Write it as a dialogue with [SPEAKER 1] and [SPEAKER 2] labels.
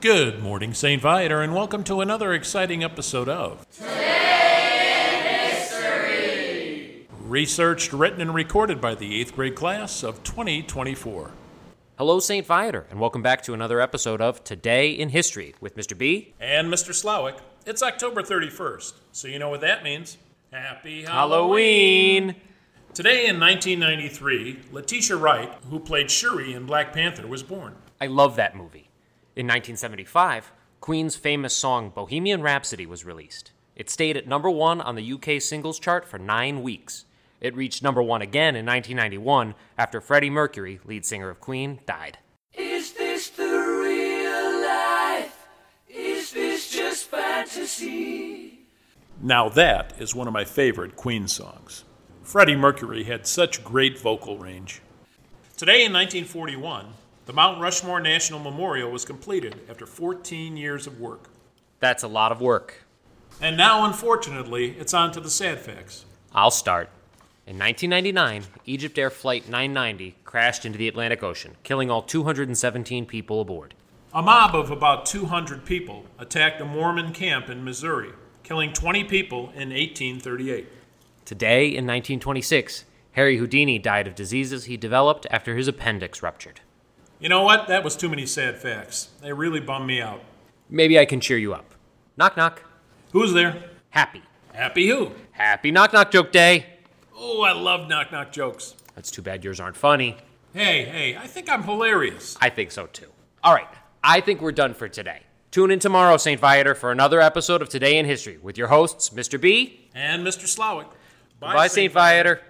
[SPEAKER 1] Good morning, St. Viator, and welcome to another exciting episode of Today in History. Researched, written, and recorded by the eighth grade class of 2024.
[SPEAKER 2] Hello, St. Viator, and welcome back to another episode of Today in History with Mr. B.
[SPEAKER 1] And Mr. Slowick, it's October 31st, so you know what that means. Happy
[SPEAKER 2] Halloween!
[SPEAKER 1] Today in 1993, Letitia Wright, who played Shuri in Black Panther, was born.
[SPEAKER 2] I love that movie. In 1975, Queen's famous song Bohemian Rhapsody was released. It stayed at number one on the UK singles chart for nine weeks. It reached number one again in 1991 after Freddie Mercury, lead singer of Queen, died.
[SPEAKER 3] Is this the real life? Is this just fantasy?
[SPEAKER 1] Now that is one of my favorite Queen songs. Freddie Mercury had such great vocal range. Today in 1941, the Mount Rushmore National Memorial was completed after 14 years of work.
[SPEAKER 2] That's a lot of work.
[SPEAKER 1] And now, unfortunately, it's on to the sad facts.
[SPEAKER 2] I'll start. In 1999, Egypt Air Flight 990 crashed into the Atlantic Ocean, killing all 217 people aboard.
[SPEAKER 1] A mob of about 200 people attacked a Mormon camp in Missouri, killing 20 people in 1838.
[SPEAKER 2] Today, in 1926, Harry Houdini died of diseases he developed after his appendix ruptured.
[SPEAKER 1] You know what? That was too many sad facts. They really bummed me out.
[SPEAKER 2] Maybe I can cheer you up. Knock knock.
[SPEAKER 1] Who's there?
[SPEAKER 2] Happy.
[SPEAKER 1] Happy who?
[SPEAKER 2] Happy knock knock joke day.
[SPEAKER 1] Oh, I love knock knock jokes.
[SPEAKER 2] That's too bad yours aren't funny.
[SPEAKER 1] Hey, hey, I think I'm hilarious.
[SPEAKER 2] I think so too. All right, I think we're done for today. Tune in tomorrow, St. Viator, for another episode of Today in History with your hosts, Mr. B.
[SPEAKER 1] And Mr. Slowick.
[SPEAKER 2] Bye, St. Viator.